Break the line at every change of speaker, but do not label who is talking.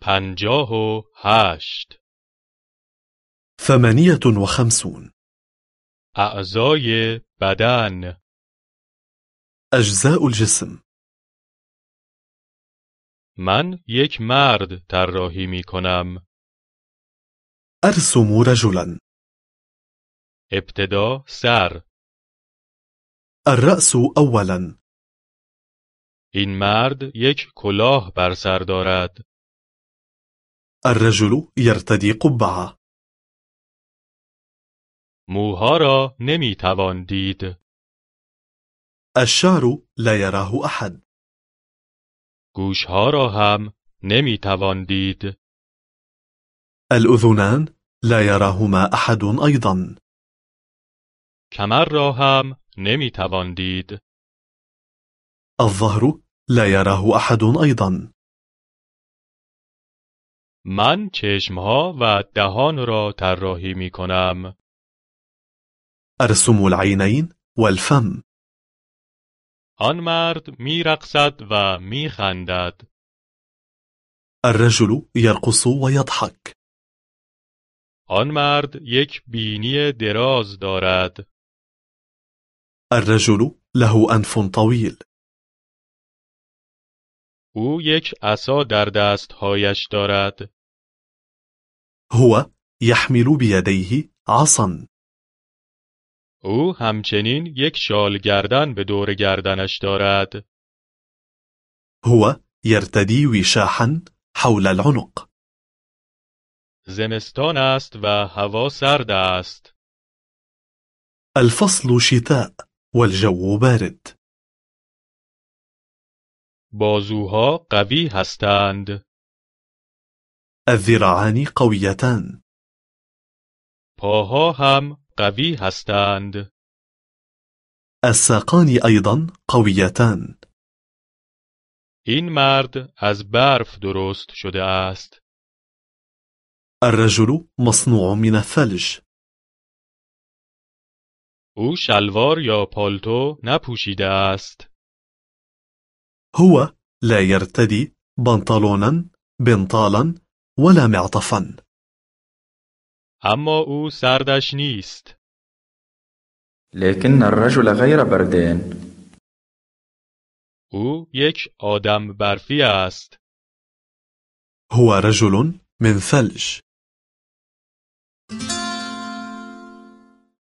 پنجاه و هشت
ثمانية وخمسون
اعضای بدن
أجزاء الجسم
من یک مرد طراحی می کنم
أرسم رجلا
ابتدا سر
الرأس أولا
این مرد یک کلاه بر سر دارد
الرجل يرتدي قبعة
موها را نمی توان دید
الشعر لا يراه أحد
گوشها را هم نمی توان دید
الأذنان لا يراهما أحد أيضا
کمر را هم نمی توان دید
الظهر لا يراه أحد أيضا
من چشمها و دهان را طراحی می کنم
أرسم العينين والفم
آن مرد میرقصد و میخندد
الرجل يرقص ويضحك
آن مرد یک بینی دراز دارد
الرجل له أنف طويل
او یک عصا در دستهایش دارد
هو يحمل بيديه عصا
او همچنین یک شال گردن به دور گردنش دارد
هو يرتدي وشاحا حول العنق
زمستان است و هوا سرد است
الفصل شتاء والجو بارد
بازوها قوی هستند
الذراعان قويتان
پاها هم قوی هستند
الساقان أيضا قويتان
این مرد از برف درست شده است
الرجل مصنوع من الثلج
او شلوار یا پالتو نپوشیده است
هو لا يرتدي بنطلونا بنطالا ولا معطفا
اما او سردش نیست
لكن الرجل غير بردان
او یک آدم برفی است
هو رجل من ثلج